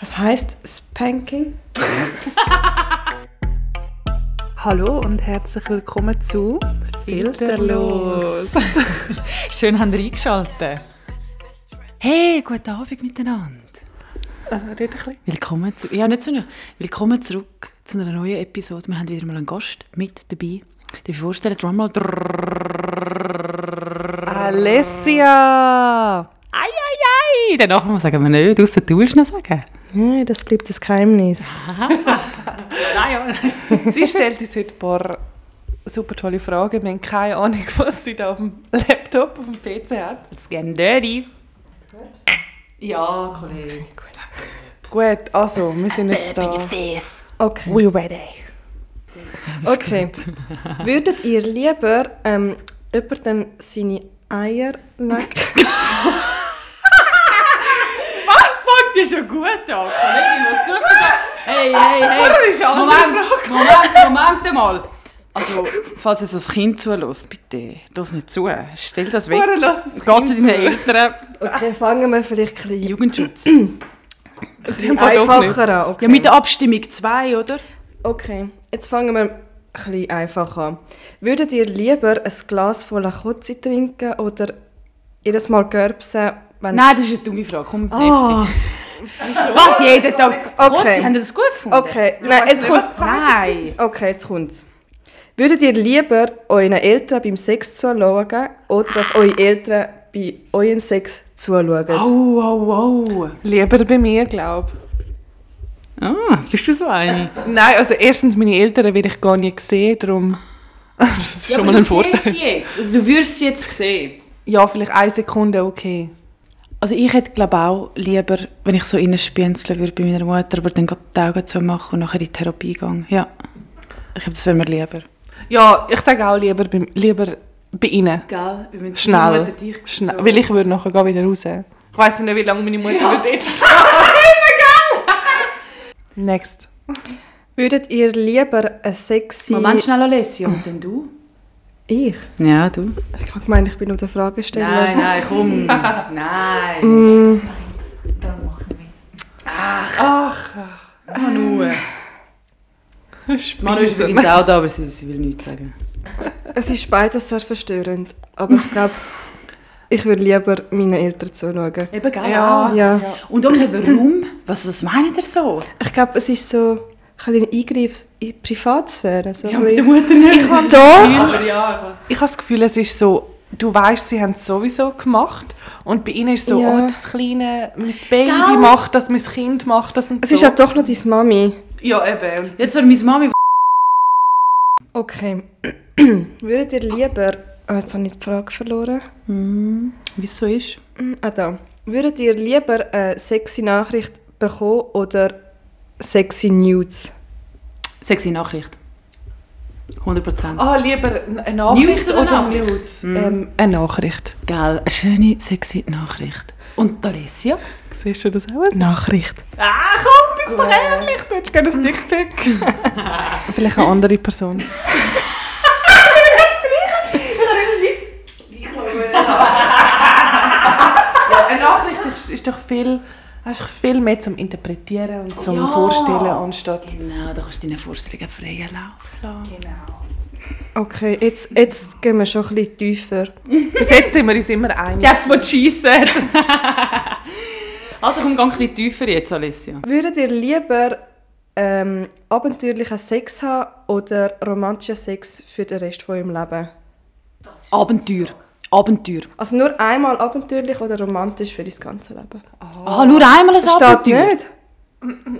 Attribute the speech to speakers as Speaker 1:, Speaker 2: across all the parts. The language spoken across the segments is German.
Speaker 1: Was heißt Spanking?
Speaker 2: Hallo und herzlich willkommen zu
Speaker 1: Filterlos.
Speaker 2: Schön, habt ihr eingeschaltet. Hey, guten Abend miteinander.
Speaker 1: Äh, red ein bisschen.
Speaker 2: Willkommen, zu, ja, nicht zu einer, willkommen zurück zu einer neuen Episode. Wir haben wieder mal einen Gast mit dabei. Darf ich vorstellen? Drumroll.
Speaker 1: Alessia!
Speaker 2: Ei, ei, ei. Danach mal sagen wir nicht, außer du willst noch sagen.
Speaker 1: Nein, das bleibt das Geheimnis.
Speaker 2: Nein,
Speaker 3: Sie stellt uns heute ein paar super tolle Fragen. Wir haben keine Ahnung, was sie da auf dem Laptop, auf dem PC hat.
Speaker 2: It's getting dirty. Ja, Kollege.
Speaker 3: Gut, also, wir sind
Speaker 2: Äh,
Speaker 3: jetzt da.
Speaker 1: Okay.
Speaker 3: We ready.
Speaker 1: Okay. Würdet ihr lieber ähm, jemandem seine Eier nacken?
Speaker 2: Was? Fängt dir schon gut an, Kollegin. Was suchst du da? Hey, hey, hey. Moment, Moment, Moment mal. Also, falls ihr das Kind zulässt, bitte, lass nicht zu. Stell das weg.
Speaker 3: Hure, lass das
Speaker 2: Geh
Speaker 3: Kind
Speaker 2: zu deinen Eltern.
Speaker 1: Okay, fangen wir vielleicht ein bisschen
Speaker 2: Jugendschutz.
Speaker 1: einfacher an. Okay.
Speaker 2: Ja, mit der Abstimmung 2, oder?
Speaker 1: okay, jetzt fangen wir ein bisschen einfacher an. Würdet ihr lieber ein Glas voller Kotze trinken oder jedes Mal gerbsen, wenn...
Speaker 2: Nein, das ist eine dumme Frage. Komm,
Speaker 1: Ah.
Speaker 2: nächste. Was, jeden Tag?
Speaker 1: Okay.
Speaker 2: Gott, Sie haben das gut gefunden?
Speaker 1: Okay, nein, jetzt kommt...
Speaker 2: Nein.
Speaker 1: Okay, jetzt kommt's. Würdet ihr lieber euren Eltern beim Sex zuschauen oder dass eure Eltern bei eurem Sex zuschauen?
Speaker 2: Oh, oh, oh.
Speaker 3: Lieber bei mir, glaube
Speaker 2: Ah, bist du so eine?
Speaker 3: ich. Nein, also erstens, meine Eltern will ich gar nicht sehen, darum... Das ist
Speaker 2: Ja,
Speaker 3: schon
Speaker 2: aber
Speaker 3: mal ein
Speaker 2: du siehst
Speaker 3: Vorteil.
Speaker 2: sie jetzt. Also, du würdest sie jetzt sehen.
Speaker 3: Ja, vielleicht eine Sekunde, okay.
Speaker 2: Also ich hätte glaube auch lieber, wenn ich so innenspienzeln würde bei meiner Mutter, aber dann gerade die Augen zu machen und nachher in die Therapie gehen. Ja, ich glaube, das wäre mir lieber.
Speaker 3: Ja, ich sage auch lieber bei, lieber bei ihnen.
Speaker 2: Gell? Wenn
Speaker 3: Schnell. Schnell. Weil ich würde nachher gar wieder raus. Ich weiss nicht, wie lange meine Mutter ja. dort steht. Next.
Speaker 1: Würdet ihr lieber eine sexy...
Speaker 2: Moment, schnell Alessio. Und dann du?
Speaker 1: Ich?
Speaker 2: Ja, du.
Speaker 1: Ich habe gemeint, ich bin nur der Fragesteller. Hm.
Speaker 2: nein, komm. nein.
Speaker 3: Ach, Manu.
Speaker 2: Manu ist übrigens auch da, aber sie, sie will nichts sagen.
Speaker 1: Es ist beides sehr verstörend, aber ich glaube, ich würde lieber meinen Eltern zuschauen.
Speaker 2: Eben, gell?
Speaker 3: Ja.
Speaker 1: Ja.
Speaker 2: Und okay, warum? Was, was meint ihr so?
Speaker 1: Ich glaube, es ist so ein kleiner Eingriff in die Privatsphäre. So ein bisschen-
Speaker 2: Mutter nicht. Ich kann
Speaker 1: Doch!
Speaker 2: aber ja, ich weiß.
Speaker 3: Ich habe das Gefühl, es ist so, du weißt, sie haben es sowieso gemacht. Und bei ihnen ist so,
Speaker 1: Ja.
Speaker 3: oh, das kleine, mein Baby
Speaker 2: Gell?
Speaker 3: macht das, mein Kind macht das und
Speaker 1: Es
Speaker 3: so.
Speaker 1: ist ja doch noch deine Mami.
Speaker 3: ja, eben.
Speaker 2: Jetzt war meine Mami...
Speaker 1: Okay. Würdet ihr lieber. Oh, jetzt habe ich die Frage verloren.
Speaker 2: Hm, wie es so ist.
Speaker 1: Ah, da. Würdet ihr lieber eine sexy Nachricht bekommen oder sexy Nudes?
Speaker 2: Sexy Nachricht. 100 Prozent.
Speaker 3: Ah, lieber eine Nachricht
Speaker 2: Nudes oder
Speaker 3: oder
Speaker 2: Nachricht? Mhm.
Speaker 3: Nudes? Ähm, eine Nachricht.
Speaker 2: Gell, eine schöne, sexy Nachricht. Und Alessia?
Speaker 3: Siehst du das auch?
Speaker 1: Nachricht.
Speaker 2: Ah, komm, bist doch ehrlich! Du hättest gerne ein Dickpick.
Speaker 3: Vielleicht eine andere Person. ja, eine Nachricht ist, ist doch viel, hast doch viel mehr zum Interpretieren und zum
Speaker 2: Ja.
Speaker 3: Vorstellen anstatt.
Speaker 2: Genau, da kannst du deine Vorstellungen freien Lauf lassen.
Speaker 1: Okay, jetzt, jetzt gehen wir schon ein bisschen tiefer.
Speaker 3: Bis jetzt sind wir uns immer einig.
Speaker 2: That's what she said. also komm, geh ein bisschen tiefer jetzt, Alessia.
Speaker 1: Würdet ihr lieber ähm, abenteuerlichen Sex haben oder romantischen Sex für den Rest von eurem Leben?
Speaker 2: Abenteuer. Abenteuer.
Speaker 1: Also nur einmal abenteuerlich oder romantisch für das ganze Leben?
Speaker 2: Ah, nur einmal ein
Speaker 1: Versteht
Speaker 2: Abenteuer.
Speaker 1: nicht?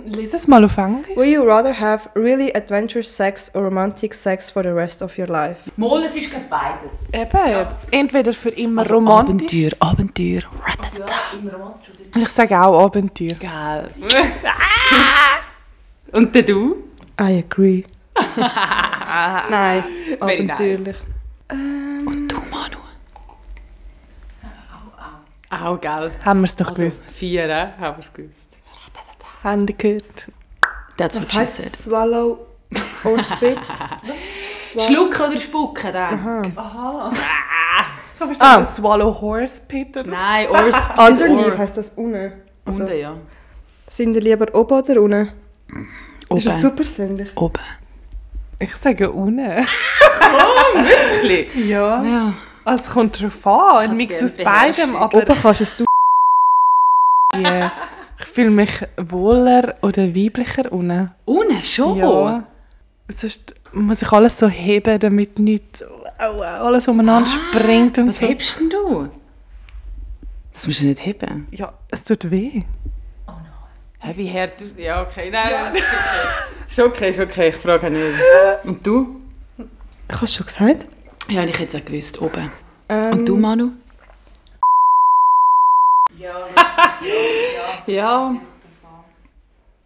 Speaker 3: Lies es mal auf Englisch.
Speaker 1: Would you rather have really adventurous sex or romantic sex for the rest of your life?
Speaker 2: Mal, es ist gerade beides.
Speaker 3: Eben, entweder für immer
Speaker 2: Also
Speaker 3: romantisch.
Speaker 2: Abenteuer, Abenteuer.
Speaker 3: Ich sage auch Abenteuer.
Speaker 2: Geil. Und dann du?
Speaker 1: I agree. Nein,
Speaker 2: Very
Speaker 1: abenteuerlich.
Speaker 2: Und du, Manu? Auch, geil.
Speaker 3: Haben wir es doch gewusst.
Speaker 2: vier, äh, haben wir es gewusst.
Speaker 3: Haben die gehört.
Speaker 2: That's
Speaker 1: Was
Speaker 2: what she said.
Speaker 1: heißt Swallow or Spit?
Speaker 2: Schlucken oder spucken dann?
Speaker 3: Ich habe verstanden, Swallow Horse, Peter.
Speaker 2: Nein, or spit
Speaker 1: Underleaf heißt das ohne.
Speaker 2: Also. ja.
Speaker 1: Sind ihr lieber oben oder unten? Ist das zu
Speaker 2: Oben.
Speaker 1: persönlich?
Speaker 2: Oben.
Speaker 3: Ich sage unten.
Speaker 2: Oh, Wirklich?
Speaker 3: Ja.
Speaker 2: Ja.
Speaker 3: Also, Es kommt drauf an, ein
Speaker 2: hab
Speaker 3: Mix
Speaker 2: gerne
Speaker 3: aus beidem,
Speaker 2: Beherrschung.
Speaker 3: aber
Speaker 1: Oben kannst es du
Speaker 3: yeah. ich fühle mich wohler oder weiblicher unten.
Speaker 2: Unten
Speaker 3: Oh.
Speaker 2: schon?
Speaker 3: Ja. Sonst muss ich alles so heben, damit nicht alles umeinander springt und
Speaker 2: Was
Speaker 3: so.
Speaker 2: hebst denn du? Das musst du nicht heben.
Speaker 3: Ja, es tut weh.
Speaker 2: Heavy Herd. Ja, okay. Nein, ja. ist okay. Ist okay, ist okay. Ich frage nicht. Und du?
Speaker 1: Ich habe es schon gesagt.
Speaker 2: Ja, ich hätte es auch gewusst. Oben.
Speaker 1: Ähm,
Speaker 2: Und du, Manu? Ja.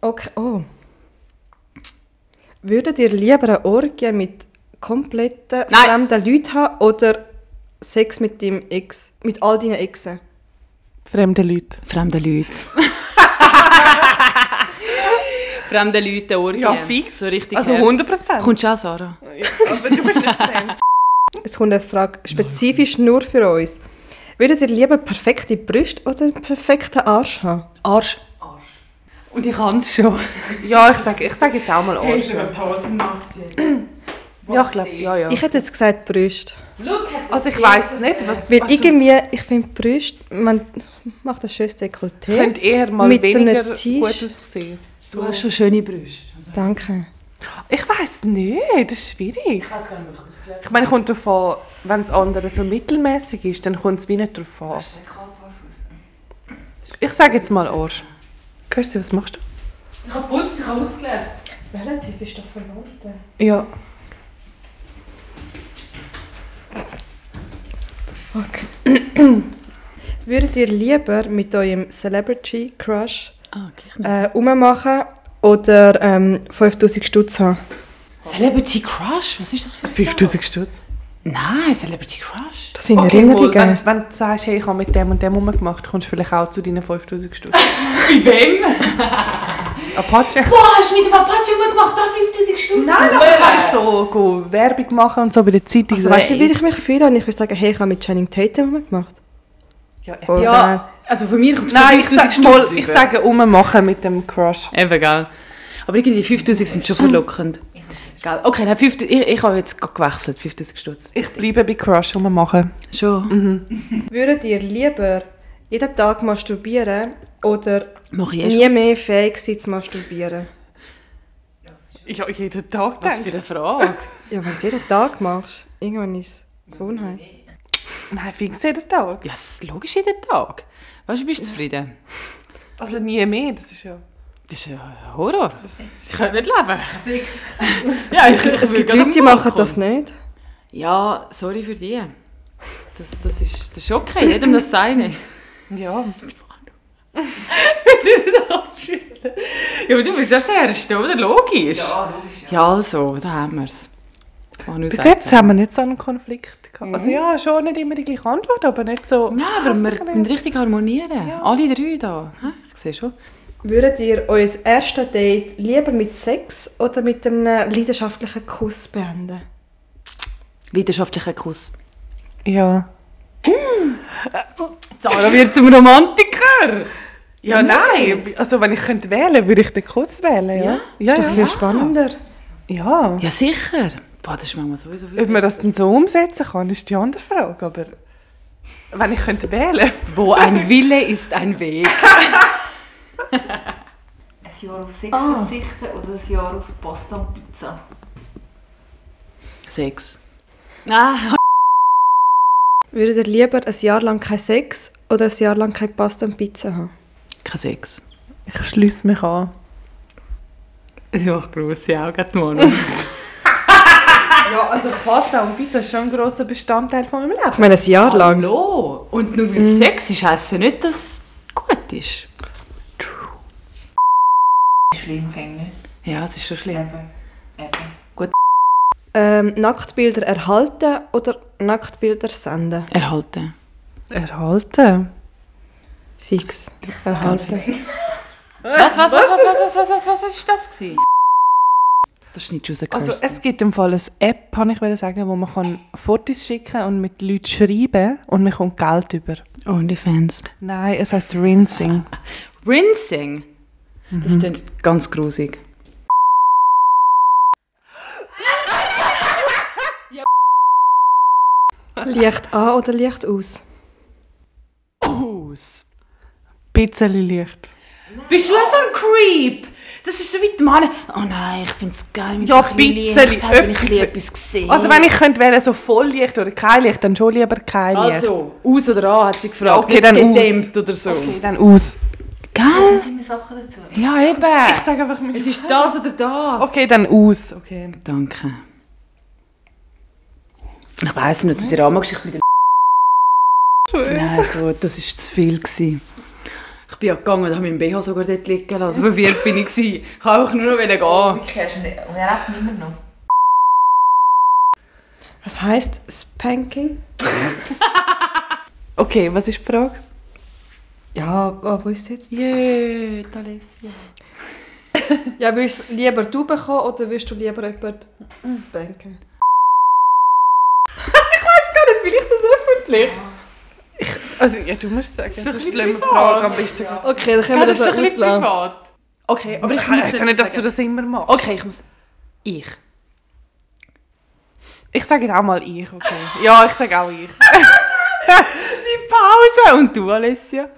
Speaker 1: Okay, oh. Würdet ihr lieber eine Orgie mit kompletten
Speaker 2: Nein.
Speaker 1: fremden Leuten haben oder Sex mit deinem Ex, mit all deinen Exen?
Speaker 3: Fremde Leute.
Speaker 2: Fremde Leute. Fremde Leute, Orgien.
Speaker 3: Ja, fix.
Speaker 2: So richtig
Speaker 3: Also
Speaker 2: Herd.
Speaker 3: 100 Prozent.
Speaker 2: Kommst du auch, Sarah?
Speaker 3: Aber du bist nicht fremd.
Speaker 1: Es kommt eine Frage spezifisch nur für uns. Würdet ihr lieber perfekte Brüste oder einen perfekten Arsch haben?
Speaker 2: Arsch. Und ich kann es schon.
Speaker 3: Ja, ich sage ich sag jetzt auch mal Arsch.
Speaker 2: Tausendmasse.
Speaker 3: Ja, ich glaube, ja, ja.
Speaker 1: Ich hätte jetzt gesagt Brüste.
Speaker 3: also ich weiß nicht, was...
Speaker 1: Weil
Speaker 3: also,
Speaker 1: irgendwie, ich finde Brüste, man macht ein schönes Dekolleté.
Speaker 3: könnte eher mal
Speaker 1: Mit einem
Speaker 3: weniger
Speaker 1: Tisch.
Speaker 3: gut aussehen.
Speaker 2: Du hast schon schöne Brüste. Also,
Speaker 1: Danke.
Speaker 3: Ich weiß nicht, das ist schwierig. Ich weiß gar nicht, Ich meine, kommt drauf an, wenn das andere so mittelmäßig ist, dann kommt es wie nicht drauf
Speaker 2: Oh.
Speaker 3: an. Ich sage jetzt mal Arsch. Kirsty, was machst du?
Speaker 1: Relativ ist doch verloren.
Speaker 3: Ja.
Speaker 1: Fuck. Würdet ihr lieber mit eurem Celebrity Crush
Speaker 2: Ah, gleich nicht.
Speaker 1: äh, rummachen oder ähm, 5000 Stutz haben?
Speaker 2: Oh. Celebrity Crush? Was ist das für ein
Speaker 3: 5000 Stutz.
Speaker 2: Nein, Celebrity Crush.
Speaker 1: Das sind
Speaker 3: Okay, wohl,
Speaker 1: Erinnerungen.
Speaker 3: wenn, wenn du sagst, hey, ich habe mit dem und dem rumgemacht, kommst du vielleicht auch zu deinen 5000 Stutz.
Speaker 2: Bei wem?
Speaker 3: Apache?
Speaker 2: Boah, hast du mit dem Apache gemacht? Da 5000 Stunden.
Speaker 3: Nein, da kann ich so go Werbung machen und so bei der Zeitung.
Speaker 1: Also,
Speaker 3: so,
Speaker 1: weißt du,
Speaker 3: hey,
Speaker 1: wie ich mich fühle? Und ich würde sagen, hey, ich habe mit Channing Tatum gemacht.
Speaker 3: Ja,
Speaker 1: Voll geil.
Speaker 2: Ja, also von mir kommt
Speaker 3: Nein, ich sage mal, ich sage rummachen mit dem Crush.
Speaker 1: Ähm.
Speaker 2: Eben, gell. Aber irgendwie 5000 sind schon verlockend. Gell. Okay, nein, 5000, ich, ich habe jetzt gerade gewechselt, 5000 Stutz. Mhm.
Speaker 3: Ich bleibe bei Crush rummachen.
Speaker 2: Schon.
Speaker 1: Würdet ihr lieber jeden Tag masturbieren oder
Speaker 2: Mache ich eh schon.
Speaker 1: nie mehr fähig sein zu masturbieren?
Speaker 3: Ja, jeden Tag
Speaker 2: Was für eine Frage.
Speaker 1: Ja, wenn du es jeden Tag machst, irgendwann ist es Gewohnheit.
Speaker 3: Nein, fix jeden Tag.
Speaker 2: ja, das ist logisch jeden Tag. Weißt du, bist du zufrieden?
Speaker 3: Also nie mehr, das ist ja...
Speaker 2: Das ist ein Horror. Ich kann nicht leben. ja, ich, ich
Speaker 1: Es
Speaker 2: will
Speaker 1: gibt
Speaker 2: gerade
Speaker 1: Leute, die
Speaker 2: am Balkon.
Speaker 1: machen das nicht.
Speaker 2: Ja, sorry für die. Das, das, ist, das ist okay, jedem das seine.
Speaker 3: Ja.
Speaker 2: Sie wieder abschütteln. Ja, aber du bist das Erste, oder? Logisch. Ja, logisch. Ja, also, da haben wir es.
Speaker 3: Bis jetzt haben wir nicht so einen Konflikt gehabt.
Speaker 1: Mhm.
Speaker 3: Also ja, schon nicht immer die gleiche Antwort, aber nicht so...
Speaker 2: Nein, aber wir müssen richtig harmonieren. Alle drei da. Hä? Ich sehe schon.
Speaker 1: Würdet ihr euer erstes Date lieber mit Sex oder mit einem leidenschaftlichen Kuss beenden?
Speaker 2: Leidenschaftlicher Kuss.
Speaker 3: Ja. Ah,
Speaker 2: Zara wird zum Romantiker!
Speaker 3: Ja, nein. Also wenn ich könnte wählen, würde ich den Kuss wählen, ja? Ja,
Speaker 1: Ist doch
Speaker 3: ja.
Speaker 1: viel spannender.
Speaker 3: ja.
Speaker 2: Ja, sicher. Boah, das ist manchmal sowieso
Speaker 3: Ob man das dann so umsetzen kann, ist die andere Frage, aber... Wenn ich könnte wählen...
Speaker 2: Wo ein Wille ist, ein Weg.
Speaker 4: Ein Jahr auf Sex verzichten oder ein Jahr auf Pasta und Pizza?
Speaker 2: Sex. Ah,
Speaker 1: Würdet ihr lieber ein Jahr lang kein Sex oder ein Jahr lang keine Pasta und Pizza haben?
Speaker 2: kein Sex.
Speaker 3: Ich schließe mich an.
Speaker 2: Sie macht grosse Augen, die Manu.
Speaker 3: Ja, also Pasta und Pizza ist schon ein grosser Bestandteil von meinem Leben.
Speaker 1: Ich meine, ein Jahr lang.
Speaker 2: Hallo! Und nur weil es Sex ist, heisst ja nicht, dass es gut ist.
Speaker 4: Schlimm, Fängel.
Speaker 2: Ja, es ist schon schlimm.
Speaker 4: Eben. Eben.
Speaker 1: Ähm, Nacktbilder erhalten oder Nacktbilder senden?
Speaker 2: Erhalten.
Speaker 3: Erhalten.
Speaker 1: Fix. Erhalten.
Speaker 2: Was, was, was, was, was, was, was, was, was, was ist das gewesen? Das ist nicht rausgekommen.
Speaker 3: Also es gibt im Fall eine App, kann ich wollte sagen, wo man kann Fotos schicken kann und mit Leuten schreiben und man kommt Geld über.
Speaker 2: Onlyfans.
Speaker 3: Nein, es heißt Rinsing.
Speaker 2: Rinsing. Das klingt ganz grusig.
Speaker 1: Licht an oder Licht aus?
Speaker 2: Aus.
Speaker 3: Bisschen Licht.
Speaker 2: Bist du auch so ein Creep? Das ist so wie die Mann. Oh nein, ich finde es geil. Mit
Speaker 3: Ja,
Speaker 2: so ein bisschen
Speaker 3: bisschen,
Speaker 2: Licht habe, wenn ich ein bisschen
Speaker 3: etwas.
Speaker 2: etwas gesehen.
Speaker 3: Also wenn ich könnte wählen, so Volllicht oder kein Licht, dann schon lieber kein Licht.
Speaker 2: Also, aus oder an, hat sie gefragt.
Speaker 3: Ja, okay,
Speaker 2: Nicht
Speaker 3: dann aus.
Speaker 2: gedämmt oder so.
Speaker 3: Okay, dann aus.
Speaker 2: Gell?
Speaker 4: Immer Sachen dazu.
Speaker 2: Ja, eben.
Speaker 3: sage einfach mit.
Speaker 2: Es ist das oder das.
Speaker 3: Okay, dann aus. Okay.
Speaker 2: Danke. Ich weiß nicht, die Rahmengeschichte mit dem Nein, so, das war zu viel. Gewesen. Ich bin ja gegangen und habe meinen BH sogar dort liegen lassen. Also, Verwirrt bin ich. Gewesen. Ich wollte einfach nur noch gehen.
Speaker 4: Wirklich, er ist nicht- Und er hat immer noch.
Speaker 1: Was heisst Spanking?
Speaker 3: Okay, was ist die Frage?
Speaker 1: Ja, wo ist jetzt?
Speaker 2: Jö, Alessia.
Speaker 1: Ja, willst du lieber du bekommen oder willst du lieber jemanden spanken?
Speaker 3: Also ja, du musst sagen.
Speaker 2: ist doch
Speaker 3: sonst
Speaker 2: ein
Speaker 3: lassen wir die
Speaker 2: privat.
Speaker 3: Frage am besten. Ja,
Speaker 1: Okay, dann können wir das, das auslassen.
Speaker 3: privat.
Speaker 2: Okay, aber ich
Speaker 3: Ich
Speaker 2: muss
Speaker 3: weiß ja nicht, dass du
Speaker 2: sagen.
Speaker 3: das immer machst.
Speaker 2: Okay, ich muss... Ich.
Speaker 3: Ich sage jetzt auch mal ich, okay. Ja, ich sage auch ich. Die Pause. Und du, Alessia?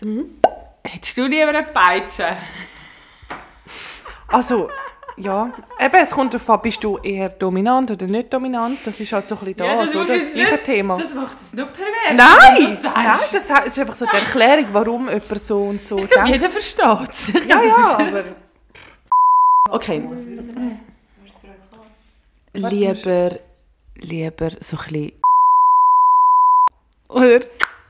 Speaker 2: Mhm. Hättest du lieber eine Peitsche?
Speaker 3: Also, ja. Eben, es kommt darauf an, bist du eher dominant oder nicht dominant. Das ist halt so ein bisschen da. so,
Speaker 2: musst
Speaker 3: das ist
Speaker 2: du jetzt
Speaker 3: gleiche
Speaker 2: nicht-
Speaker 3: Thema.
Speaker 2: Das macht es nicht pervers.
Speaker 3: Nein!
Speaker 2: wenn du
Speaker 3: Nein,
Speaker 2: Das
Speaker 3: das he- ist einfach so die Erklärung, warum jemand so und so
Speaker 2: Nein.
Speaker 3: denkt.
Speaker 2: Jeder versteht es.
Speaker 3: Ja, ja, aber...
Speaker 2: Okay. Lieber, lieber so ein bisschen.
Speaker 3: Oder?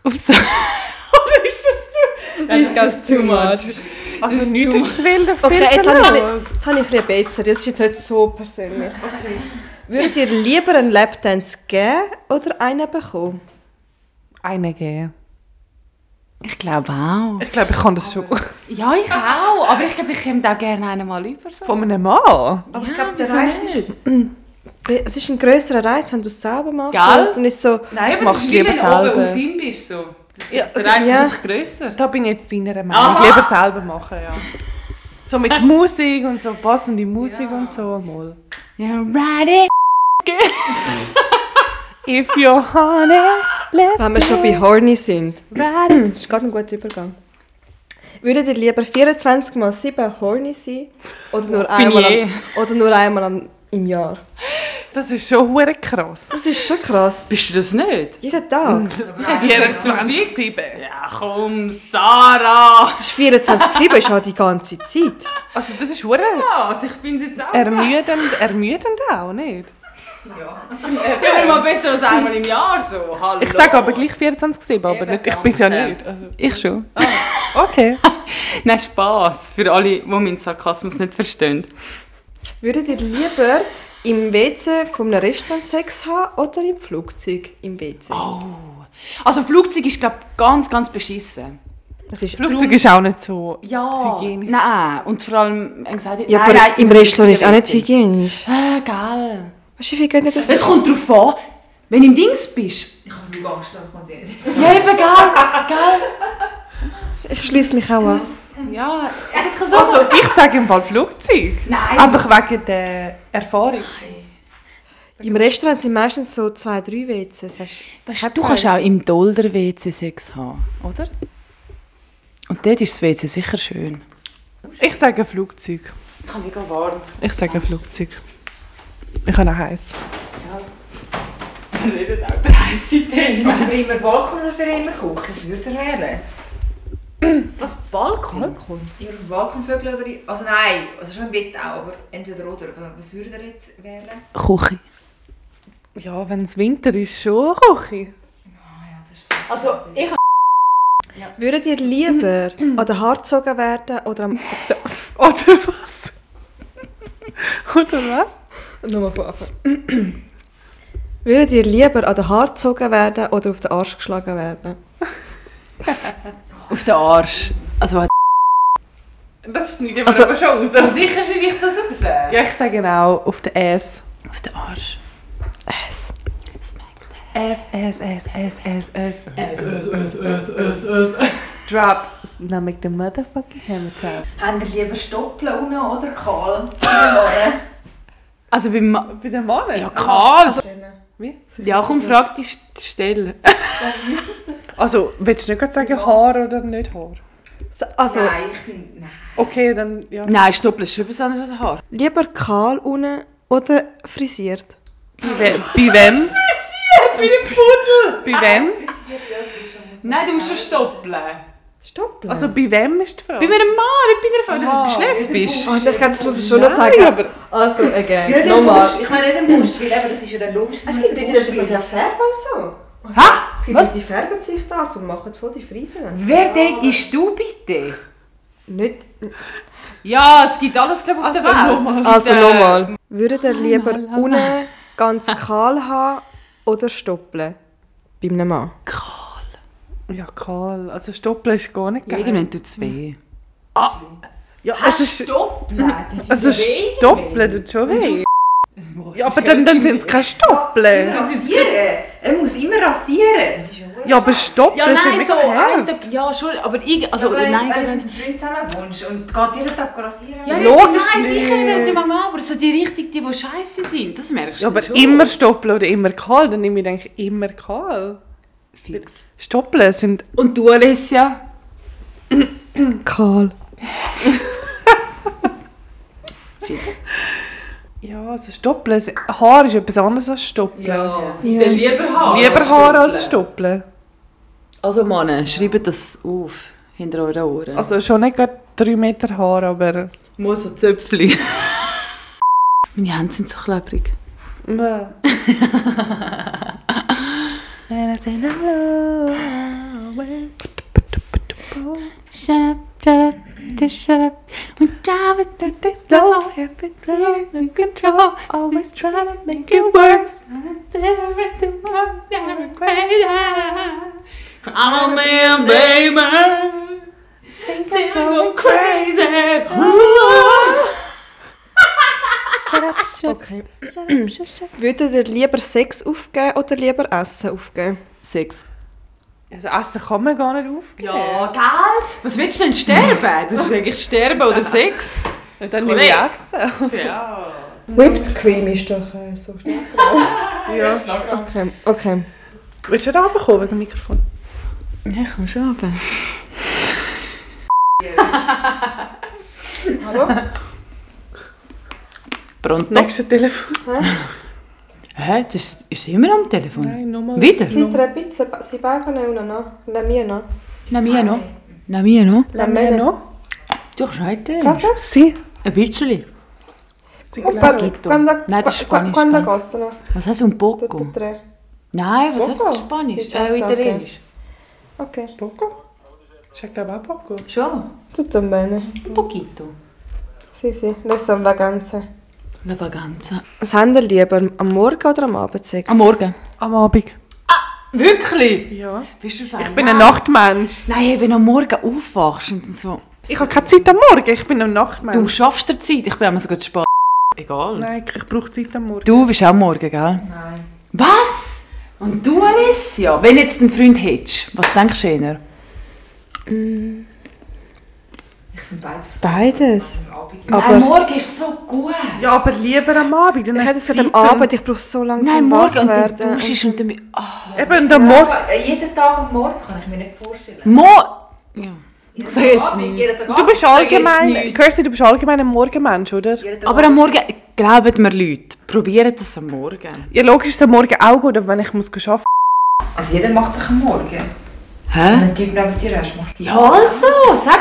Speaker 2: Oder ist das zu? Das ist ganz too much.
Speaker 3: Also nichts ist zu wild auf
Speaker 1: Okay, jetzt
Speaker 3: jeden
Speaker 1: habe,
Speaker 3: Fall.
Speaker 1: ich, ein- jetzt habe ich ein bisschen besser. Jetzt ist es nicht so persönlich. Okay. Würdet ihr lieber einen Lapdance geben oder einen bekommen?
Speaker 3: Einen geben.
Speaker 2: Ich glaube auch.
Speaker 3: Ich glaube, ich kann das schon.
Speaker 2: Ja, ich auch. Aber ich glaube, ich käme da gerne einen mal über. So.
Speaker 3: Von einem Mann?
Speaker 2: aber
Speaker 1: ich glaube, der Reiz ist- Es ist ein grösserer Reiz, wenn du es selber machst.
Speaker 2: Gell?
Speaker 1: Und Dann ist so,
Speaker 3: Nein, ich mache es lieber selber.
Speaker 2: ihm bist. So.
Speaker 3: Ja, also,
Speaker 2: Reiz
Speaker 1: ja.
Speaker 2: einfach grösser.
Speaker 3: da bin ich jetzt deiner Meinung.
Speaker 2: Aha.
Speaker 3: Lieber selber machen, ja. So mit Musik und so, passende Musik und so. Mal.
Speaker 2: Ja, right.
Speaker 3: If you're honey, let's
Speaker 1: wenn wir schon bei Horny sind.
Speaker 3: ride it.
Speaker 1: Das ist gerade ein guter Übergang. Würdet ihr lieber 24 mal 7 Horny sein? Oder nur einmal,
Speaker 2: ich eh.
Speaker 1: am, oder nur einmal am, im Jahr?
Speaker 3: Das ist schon hure krass.
Speaker 1: Das ist schon krass.
Speaker 2: Bist du das nicht?
Speaker 1: Jeden Tag.
Speaker 2: Jeder 20 Ja, komm, Sarah.
Speaker 1: Das ist 24-7 ist halt die ganze Zeit.
Speaker 3: Also das ist hure
Speaker 2: Also ich bin jetzt auch.
Speaker 3: ermüdend, ermüdend auch, nicht?
Speaker 2: Ja, aber mal besser als einmal im Jahr so. Hallo.
Speaker 3: Ich sage aber gleich 24-7, aber
Speaker 2: Eben, genau.
Speaker 3: nicht, ich bin es ja
Speaker 2: danke.
Speaker 3: nicht. Also,
Speaker 2: Ich schon.
Speaker 3: okay.
Speaker 2: Nein, Spass. Für alle, die meinen Sarkasmus nicht verstehen.
Speaker 1: Würdet ihr lieber im WC von einem Restaurant Sex haben oder im Flugzeug im WC?
Speaker 2: Also Flugzeug ist, glaube ich, ganz, ganz beschissen.
Speaker 1: Das ist
Speaker 3: Flugzeug ist auch nicht so...
Speaker 2: Ja.
Speaker 3: Hygienisch.
Speaker 2: Nein. Und vor allem, haben
Speaker 3: halt-
Speaker 2: gesagt,
Speaker 1: ja,
Speaker 2: nein,
Speaker 1: aber
Speaker 2: nein,
Speaker 1: im Restaurant ist auch nicht
Speaker 2: Flugzeug.
Speaker 1: hygienisch.
Speaker 2: Äh, geil.
Speaker 1: Weißt du, wie geht nicht aufs
Speaker 2: Es kommt darauf an, wenn du im Dings bist.
Speaker 4: Ich habe Flugangst, dann kann sie nicht.
Speaker 2: Ja, eben, geil. geil.
Speaker 1: Ich schließe mich auch an.
Speaker 2: Ja, er hat gesagt.
Speaker 3: Also ich sage im Fall Flugzeug.
Speaker 2: Nein.
Speaker 3: Einfach wegen der Erfahrung.
Speaker 1: Im Restaurant sind meistens so zwei, drei WCs. Hast
Speaker 2: Weißt, du, du kannst auch im Dolder WC Sex haben, oder? Und dort ist das WC sicher schön.
Speaker 3: Ich sage Flugzeug.
Speaker 2: Ich habe mega warm.
Speaker 3: Ich sage Flugzeug. Ich habe auch heiß.
Speaker 4: Aber für immer Balkon oder für immer Küche? Das würde er wählen.
Speaker 2: Was, Balkon?
Speaker 4: Immer auf Balkonvögel oder... in- Also nein, also schon im Bett auch, aber entweder oder. Aber Was würde er jetzt wählen?
Speaker 2: Küche.
Speaker 3: Ja, wenn es Winter ist, schon Küche.
Speaker 4: Ah ja, das ist...
Speaker 2: Also, ich
Speaker 1: Würdet ihr lieber an den Haaren gezogen werden oder am...
Speaker 3: Oder was? Oder was?
Speaker 1: Nochmal von Anfang. Würdet ihr lieber an den Haaren gezogen werden oder auf den Arsch geschlagen werden?
Speaker 2: Auf den Arsch. Also,
Speaker 3: Das schneidet man also, aber schon aus.
Speaker 2: sicher schneide ich das raus. Ja.
Speaker 3: Ja, ich sage genau auf den Ass.
Speaker 2: Auf den Arsch.
Speaker 1: Es.
Speaker 3: Ass, Ass, Ass, Ass, Ass, Ass. drop. Now make the motherfucking helmet out.
Speaker 4: Haben ihr lieber Stoppeln unten oder Kahl? Kahl.
Speaker 2: Also beim Ma
Speaker 3: Bei den Männern?
Speaker 2: ja, Karl.
Speaker 3: Wie?
Speaker 2: Ja, komm, frag die St- Stelle.
Speaker 3: Also, willst du nicht gerade sagen Haar oder nicht Haar?
Speaker 1: So, Also,
Speaker 4: Nein, ich finde, nein.
Speaker 3: Okay, dann ja.
Speaker 2: Nein, Stoppel ist schon etwas anderes als Haar.
Speaker 1: lieber kahl unten oder frisiert?
Speaker 3: Bei, we bei wem? Frisiert, bei dem Pudel! Bei wem?
Speaker 2: Nein, du musst schon stoppeln.
Speaker 1: Stopp. Also,
Speaker 3: Also bei wem ist die Frage?
Speaker 2: Bei einem Mann, nicht bei einer Frau.
Speaker 3: Aha.
Speaker 2: Du bist lesbisch.
Speaker 1: oh, ich glaube, das muss ich schon noch sagen.
Speaker 3: aber-
Speaker 1: Also,
Speaker 4: Ja,
Speaker 1: again,
Speaker 4: den
Speaker 1: nochmal. Also,
Speaker 4: Busch. Ich meine nicht den Busch, weil eben, das ist ja der logischste.
Speaker 1: Es gibt Leute, die das ja färben und so. Also,
Speaker 2: Ha?
Speaker 1: Es gibt Leute, die färben sich das und machen voll die Friesen.
Speaker 2: Wer datest du bitte?
Speaker 1: Nicht...
Speaker 2: Ja, es gibt alles, glaube ich, auf
Speaker 3: Also
Speaker 2: der Welt.
Speaker 3: nochmal.
Speaker 2: Es gibt,
Speaker 1: Also
Speaker 2: äh,
Speaker 1: nochmal. Würdet ihr lieber unten ganz kahl haben oder stoppeln? Bei einem Mann.
Speaker 3: Ja, Karl. Also Stoppeln ist gar nicht geil.
Speaker 2: Irgendwann tut es weh.
Speaker 3: Ja, es ist...
Speaker 2: Stoppeln?
Speaker 3: Also Stoppeln tut schon weh. Ja, aber dann, dann sind es keine Stoppeln.
Speaker 4: Rasieren. Er muss immer rasieren. Das ist ja
Speaker 3: Ja, aber Stoppeln
Speaker 2: Ja,
Speaker 3: sind
Speaker 2: nein,
Speaker 3: nicht
Speaker 2: so.
Speaker 3: geil.
Speaker 2: Alter, ja, schon, aber ich. Also,
Speaker 4: Aber wenn,
Speaker 2: nein,
Speaker 4: wenn du
Speaker 2: nein.
Speaker 4: mit Freunden zusammen wohnst und geht jeden Tag rasieren.
Speaker 2: Ja,
Speaker 3: Logisch
Speaker 2: Nein, sicher
Speaker 3: nicht.
Speaker 2: nicht an dem Mama, aber so die richtig, die, die scheiße sind, das merkst du
Speaker 3: Ja, aber
Speaker 2: schon.
Speaker 3: immer Stoppeln oder immer Karl, dann nehme ich eigentlich immer Karl.
Speaker 2: Fix.
Speaker 3: Stoppeln sind...
Speaker 2: Und du, Alessia?
Speaker 1: Kahl.
Speaker 2: Fix.
Speaker 3: Ja, also Stoppeln... sind- Haar ist etwas anderes als Stoppeln.
Speaker 2: Dann lieber Haar.
Speaker 3: Lieber Haar als Stoppeln.
Speaker 2: Also, Mann, schreibt das auf. Hinter euren Ohren.
Speaker 3: Also schon nicht gerade 3 Meter Haar, aber...
Speaker 2: Mal so Zöpfchen. Meine Hände sind so klebrig.
Speaker 3: Nein, nein, nein, hallo.
Speaker 2: Shut up, shut up, just shut up. We're driving through this door.
Speaker 3: Happy
Speaker 2: in control.
Speaker 3: always try to make
Speaker 2: Make it worse. Everything was never greater. I'm a man, baby. Things are going crazy.
Speaker 1: Okay. Würdet ihr lieber Sex aufgeben oder lieber Essen aufgeben?
Speaker 2: Sex.
Speaker 3: Also Essen kann man gar nicht aufgeben.
Speaker 2: Ja, gell? Was willst du denn sterben? Das ist eigentlich Sterben oder Sex.
Speaker 3: Ja, Dann nehme ich Essen.
Speaker 2: Ja.
Speaker 1: Whipped Cream ist doch so stark.
Speaker 3: Ja.
Speaker 1: Okay, okay.
Speaker 3: Willst du da runterkommen wegen dem Mikrofon?
Speaker 2: Ja, komm schon runter. Pronto.
Speaker 3: Nächstes Telefon.
Speaker 2: Hä, das ist, ist immer am Telefon.
Speaker 3: nochmal.
Speaker 2: Wieder?
Speaker 1: Seid ihr ein bisschen... Sie beiden nehmen noch? Nehmen noch?
Speaker 2: Na mir noch. Na mir noch.
Speaker 3: Lamelle noch?
Speaker 2: Du heute.
Speaker 1: Was?
Speaker 3: Sie.
Speaker 2: Ein bisschen.
Speaker 3: Sie
Speaker 1: Un
Speaker 3: glauben.
Speaker 1: poquito.
Speaker 2: Poquito.
Speaker 1: Quando,
Speaker 2: Nein, das ist
Speaker 1: qua-
Speaker 2: Spanisch,
Speaker 1: quando
Speaker 2: gell?
Speaker 1: costano?
Speaker 2: Was heißt un
Speaker 1: Tutti e
Speaker 2: poco?
Speaker 1: tre.
Speaker 2: Nein, was heißt
Speaker 1: Poco?
Speaker 2: das auf Spanisch?
Speaker 1: Diciotto,
Speaker 2: Äh, Italienisch.
Speaker 1: Ok,
Speaker 3: Poco? Ich glaube auch Poco.
Speaker 2: Schon?
Speaker 1: tutto bene.
Speaker 2: Un poquito.
Speaker 1: Sì, sì, adesso sono vacanze.
Speaker 2: La vacanza.
Speaker 1: Was habt ihr lieber, am Morgen oder am Abend Sex?
Speaker 2: Am Morgen.
Speaker 3: Am Abend.
Speaker 2: Wirklich?
Speaker 3: Ja.
Speaker 2: Bist du so
Speaker 3: Ich bin ein Nachtmensch.
Speaker 2: Nein, hey, wenn du am Morgen aufwachst und dann so.
Speaker 3: Ich habe keine Zeit am Morgen. Ich bin ein Nachtmensch.
Speaker 2: Du schaffst dir Zeit. Ich bin immer so gut spät. Egal.
Speaker 3: Nein, ich brauche Zeit am Morgen.
Speaker 2: Du bist auch am Morgen, gell?
Speaker 4: Nein.
Speaker 2: Was? Und du, Alessia? Wenn jetzt einen Freund hättest, was denkst du eher?
Speaker 4: Ich finde beides
Speaker 1: Beides.
Speaker 4: am Abend.
Speaker 1: Aber-
Speaker 2: Nein, morgen ist so gut.
Speaker 3: Ja, aber lieber am Abend. Dann
Speaker 1: Ich
Speaker 3: hast
Speaker 1: hätte
Speaker 3: du
Speaker 1: es gerade am
Speaker 3: Zeit und-
Speaker 1: Abend, ich brauche so lange
Speaker 2: Nein,
Speaker 1: zum
Speaker 2: morgen
Speaker 1: wach
Speaker 2: und dann
Speaker 1: werden.
Speaker 2: duschst und dann... Ah.
Speaker 3: Eben, und am
Speaker 4: Ja,
Speaker 3: Morgen.
Speaker 4: aber äh, jeden Tag am Morgen kann ich mir nicht vorstellen.
Speaker 2: Mo... Ja.
Speaker 4: Jeden
Speaker 2: sag jetzt
Speaker 4: Tag Abend, jeden Tag
Speaker 3: Du bist
Speaker 4: Abend, jeden Tag
Speaker 3: allgemein,
Speaker 4: nichts.
Speaker 3: Kirsty, du bist allgemein ein Morgenmensch, oder?
Speaker 4: Jeden Tag
Speaker 2: Aber am
Speaker 4: Abend.
Speaker 2: Morgen... Glaubt mir Leute, probiert das am Morgen.
Speaker 3: Ja, logisch ist am Morgen auch gut, aber wenn ich muss arbeiten
Speaker 4: Also jeder macht sich am Morgen. Wenn
Speaker 2: Hä?
Speaker 4: du Typ neben dir hast, machst du
Speaker 2: Ja, also, sag ja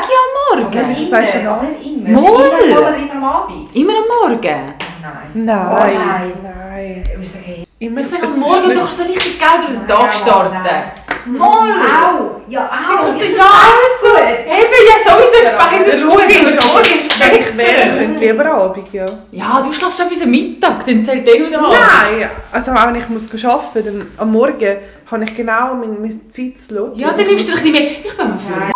Speaker 2: am
Speaker 4: Aber nicht
Speaker 2: Morgen.
Speaker 3: das sagst du
Speaker 4: immer, aber nicht immer.
Speaker 2: Null.
Speaker 4: Immer am Morgen oder immer am Abend? Oh
Speaker 2: Immer am Morgen.
Speaker 4: Nein.
Speaker 3: muss.
Speaker 4: Oh Nein.
Speaker 3: nein.
Speaker 4: Wir sagen, hey,
Speaker 3: Immer
Speaker 2: Ich sag, am Morgen doch so richtig geil durch den
Speaker 4: Nein,
Speaker 2: Tag
Speaker 4: aber
Speaker 2: starten.
Speaker 4: nein.
Speaker 2: Moll!
Speaker 4: au! Ja, au!
Speaker 2: Du musst
Speaker 4: ich
Speaker 2: dich
Speaker 4: find
Speaker 2: ja
Speaker 4: beides gut!
Speaker 2: Eben, ja, sowieso ist beides
Speaker 3: Logisch,
Speaker 2: gut.
Speaker 3: logisch, ich wäre, ich könnte lieber am Abend, ja.
Speaker 2: Ja, du schlafst ja bis am Mittag, dann zählt der wieder an.
Speaker 3: Nein, also auch wenn ich muss arbeiten muss, dann am Morgen habe ich genau meinen mein Zeitslot.
Speaker 2: Ja, dann nimmst du ein bisschen mehr. Ich bin mal für.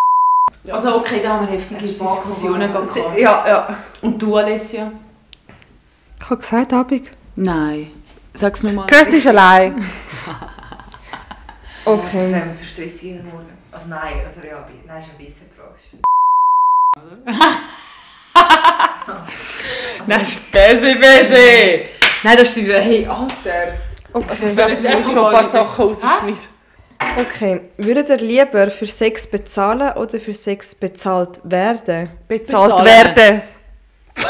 Speaker 2: Also okay, da haben wir heftige Diskussionen gehabt.
Speaker 3: Ja, ja.
Speaker 2: Und du, Alessia?
Speaker 1: Ich habe gesagt, Abend.
Speaker 2: Nein. Sag's nochmal.
Speaker 3: Kirsty ist allein.
Speaker 4: Das
Speaker 1: Okay.
Speaker 4: wäre mir zu stressig am Morgen. Also nein, also ja, bi- nein, ist ein bisschen fragst.
Speaker 2: Nein, Späse, Späse! Nein, das ist wieder, hey, Alter! Also,
Speaker 1: Okay.
Speaker 3: Ich habe schon ein paar Sachen rausgeschnitten.
Speaker 1: okay. Würdet ihr lieber für Sex bezahlen oder für Sex bezahlt werden?
Speaker 3: Bezahlt
Speaker 2: Bezahlen.
Speaker 3: werden.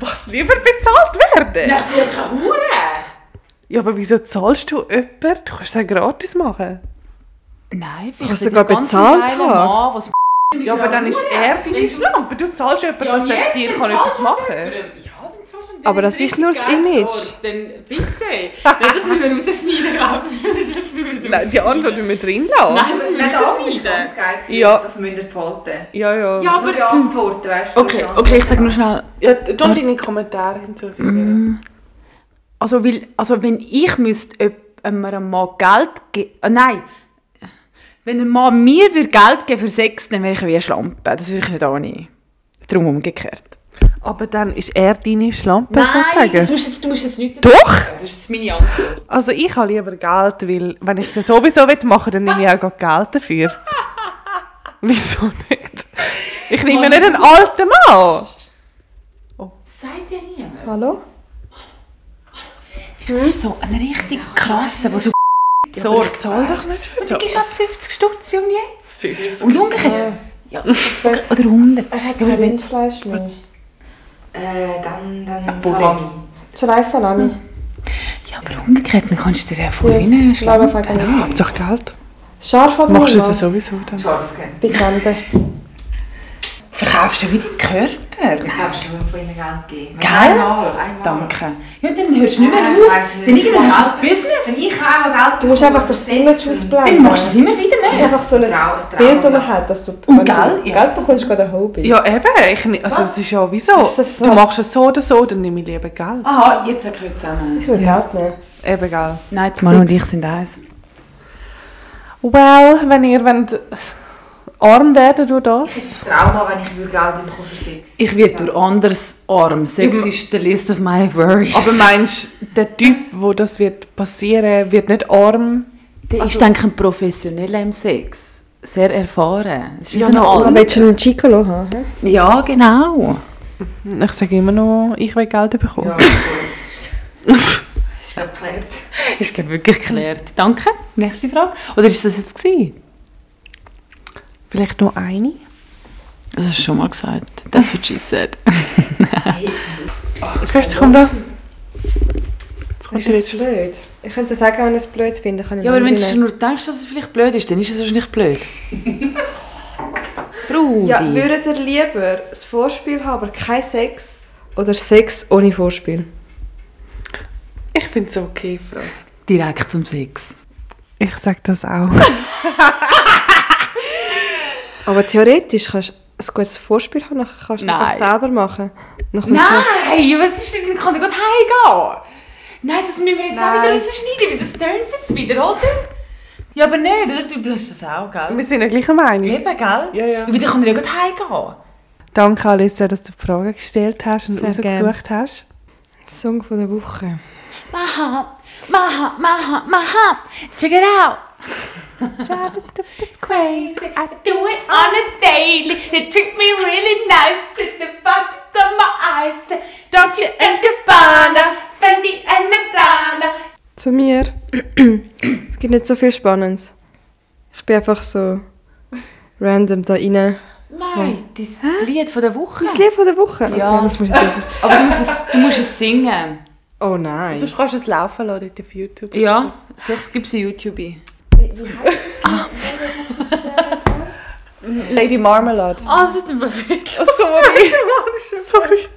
Speaker 3: Was? Lieber bezahlt werden?
Speaker 2: Ja, ich bin keine Hure!
Speaker 3: Ja, aber wieso zahlst du jemanden? Du kannst es auch gratis machen.
Speaker 2: Nein, vielleicht
Speaker 1: Kannst du
Speaker 2: die
Speaker 1: sogar
Speaker 2: ganze
Speaker 1: bezahlt
Speaker 2: geile
Speaker 1: haben?
Speaker 2: Mann, was
Speaker 3: Ja, aber dann ist er deine Schlampe. Du zahlst jemanden, dass er mit dir kann etwas machen kann.
Speaker 2: Ja, dann zahlst du
Speaker 1: Aber das ist nur das Image.
Speaker 2: Dann bitte. Nein, das müssen wir rausschneiden, glaube ich. Das müssen wir
Speaker 3: Nein, die Antwort müssen wir drin lassen.
Speaker 2: Nein, das müssen Also, wir
Speaker 4: Nein, der Abend ist
Speaker 2: rausschneiden.
Speaker 4: ganz geil. gewesen.
Speaker 3: Ja.
Speaker 4: Das müsst ihr behalten.
Speaker 3: Ja, ja.
Speaker 2: Ja,
Speaker 4: Aber die
Speaker 2: aber...
Speaker 4: Antworten, weißt du?
Speaker 2: Okay, okay, ich sage nur schnell...
Speaker 3: ja tu deine Kommentare hinzufügen.
Speaker 2: Also, weil, also wenn ich müsste jemandem- einem Mann Geld geben... Äh, nein. Wenn ein Mann mir würd Geld geben für Sex, dann wäre ich wie eine Schlampe. Das würde ich nicht annehmen. Darum umgekehrt.
Speaker 3: Aber dann ist er deine Schlampe
Speaker 2: das
Speaker 3: sozusagen.
Speaker 2: musst jetzt, du musst jetzt nicht...
Speaker 3: Doch!
Speaker 2: Das ist jetzt meine Antwort.
Speaker 3: Also ich habe lieber Geld, weil wenn ich es ja sowieso will machen dann nehme ich auch gleich Geld dafür. Wieso nicht? Ich nehme ja nicht einen alten Mann.
Speaker 2: Seid ihr niemand?
Speaker 1: Hallo?
Speaker 2: Das ist so eine richtig krasse, die so sorgt.
Speaker 3: Zahl doch nicht für
Speaker 2: Du gibst halt 50 Stutz und jetzt?
Speaker 3: 50.
Speaker 2: Und umgekehrt? Ja, oder 100.
Speaker 1: Er hat
Speaker 2: kein Ja, aber wenn-
Speaker 1: Rindfleisch mehr.
Speaker 4: Äh, dann, dann
Speaker 2: Pudding.
Speaker 4: Salami.
Speaker 1: Schreis Salami.
Speaker 2: Ja, aber umgekehrt, dann kannst du dir ja voll reinschlagen.
Speaker 3: Hauptsache Geld.
Speaker 1: Scharf oder
Speaker 3: Machst du es ja sowieso dann.
Speaker 4: Scharf gell?
Speaker 1: Bekannte.
Speaker 2: Verkaufst du wie deinen Körper?
Speaker 4: Ich habe schon von ihnen Geld gegeben.
Speaker 2: Gell?
Speaker 4: Einmal, einmal.
Speaker 2: Danke. Ja, dann hörst du nicht mehr
Speaker 4: Nein,
Speaker 2: auf.
Speaker 4: ich weiss nicht.
Speaker 2: Dann irgendwann hast du ein
Speaker 4: Wenn
Speaker 2: Business.
Speaker 4: ich auch mal Geld
Speaker 1: Du musst einfach das Image ausblenden.
Speaker 2: Dann machst du es immer wieder
Speaker 1: Das ist
Speaker 2: nicht.
Speaker 1: einfach so ein
Speaker 4: Trau- ein Trauma.
Speaker 1: Bild, das man hat, dass du...
Speaker 2: Und
Speaker 1: wenn du
Speaker 2: Geld, ja.
Speaker 1: Geld bekommst, gerade ein Hobby.
Speaker 3: Ja eben, ich, ne- also es ist ja wieso.
Speaker 1: Ist das so?
Speaker 3: Du machst es so oder so, dann nehme ich lieber Geld.
Speaker 2: Aha, jetzt gehört es zusammen.
Speaker 1: Ich würde Geld nehmen.
Speaker 3: Eben Geld.
Speaker 2: Nein, die Manu und ich sind eins.
Speaker 3: Well, wenn ihr wollt, arm werden durch das.
Speaker 4: Das Trauma, wenn ich würde Geld bekomme für Sex.
Speaker 2: Ich werde durch anders arm. Sex ist the list of my worries.
Speaker 3: Aber meinst du, der Typ, wo das wird passieren, wird nicht arm?
Speaker 2: Der ist, denke ich, ein Professioneller im Sex. Sehr erfahren. Es ist
Speaker 3: Ja,
Speaker 2: nicht
Speaker 3: na,
Speaker 2: ein
Speaker 1: Genau. Aber
Speaker 2: Alter.
Speaker 1: willst du einen Chicolo haben? hä?
Speaker 2: Ja, genau.
Speaker 3: Ich sage immer noch, ich will Geld bekommen.
Speaker 4: Ja, das ist geklärt.
Speaker 2: Ist glaub, wirklich geklärt. Danke. Nächste Frage. Oder ist das jetzt gewesen?
Speaker 3: Vielleicht nur eine?
Speaker 2: Das hast du schon mal gesagt. That's what she said.
Speaker 3: Kirsten, komm da.
Speaker 1: Ist das blöd? Ich könnte es sagen, wenn ich es blöd finde. Kann ich
Speaker 2: Ja, aber
Speaker 1: nicht
Speaker 2: wenn du
Speaker 1: nehmen.
Speaker 2: nur denkst, dass es vielleicht blöd ist, dann ist es wahrscheinlich blöd. Brudi.
Speaker 1: Ja, würdet ihr lieber das Vorspiel haben, aber kein Sex? Oder Sex ohne Vorspiel?
Speaker 3: Ich finde es okay, Frau.
Speaker 2: Direkt zum Sex.
Speaker 3: Ich sage das auch.
Speaker 1: Aber theoretisch kannst du ein gutes Vorspiel haben, dann kannst du es einfach
Speaker 2: Nein.
Speaker 1: selber machen. Dann kommst du-
Speaker 2: Nein, was ist denn? Ich kann gut heimgehen. Nein, das müssen wir jetzt auch wieder rausschneiden, weil das tönt jetzt wieder, oder? Ja, aber nicht, oder? Du, du hast das auch, gell?
Speaker 3: Wir sind ja gleicher Meinung.
Speaker 2: Eben, gell?
Speaker 3: Ja, ja.
Speaker 2: Weil ich kann ja gut heimgehen.
Speaker 3: Danke, Alissa, dass du die Frage gestellt hast und
Speaker 1: Sehr gerne.
Speaker 3: rausgesucht hast.
Speaker 1: Song von der Woche.
Speaker 2: Maha, maha, maha, maha. Check it out. It's crazy. I do it on a daily. They treat me really nice. And the buttons on my eyes. Don't you understand? Fendi and Nadana.
Speaker 1: Zu mir. es gibt nicht so viel Spannendes. Ich bin einfach so random da rein.
Speaker 2: Nein, das ist das Lied von der Woche.
Speaker 1: Das Lied von der Woche?
Speaker 2: Ja.
Speaker 1: Okay, das muss ich sicher.
Speaker 2: Aber du musst es, du musst es singen.
Speaker 1: Oh nein.
Speaker 2: Also,
Speaker 3: Sonst kannst du es laufen lassen dort auf YouTube.
Speaker 2: Ja, sonst gibt es YouTube. ein.
Speaker 3: Lady Marmalade.
Speaker 2: Ah, das ist aber wirklich.
Speaker 3: Oh, sorry. sorry.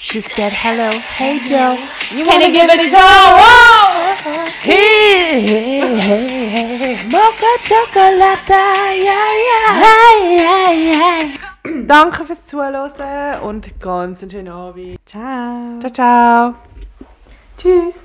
Speaker 3: She said hello. Hey, Joe. You
Speaker 2: Can
Speaker 3: wanna
Speaker 2: I give it a go? Wow!
Speaker 3: Hey, hey, hey, hey. Mocha Chocolata, ja, ja. Hey, hey, hey. Danke fürs Zuhören und ganz einen schönen Abend.
Speaker 1: Ciao.
Speaker 3: Ciao, ciao.
Speaker 1: Tschüss.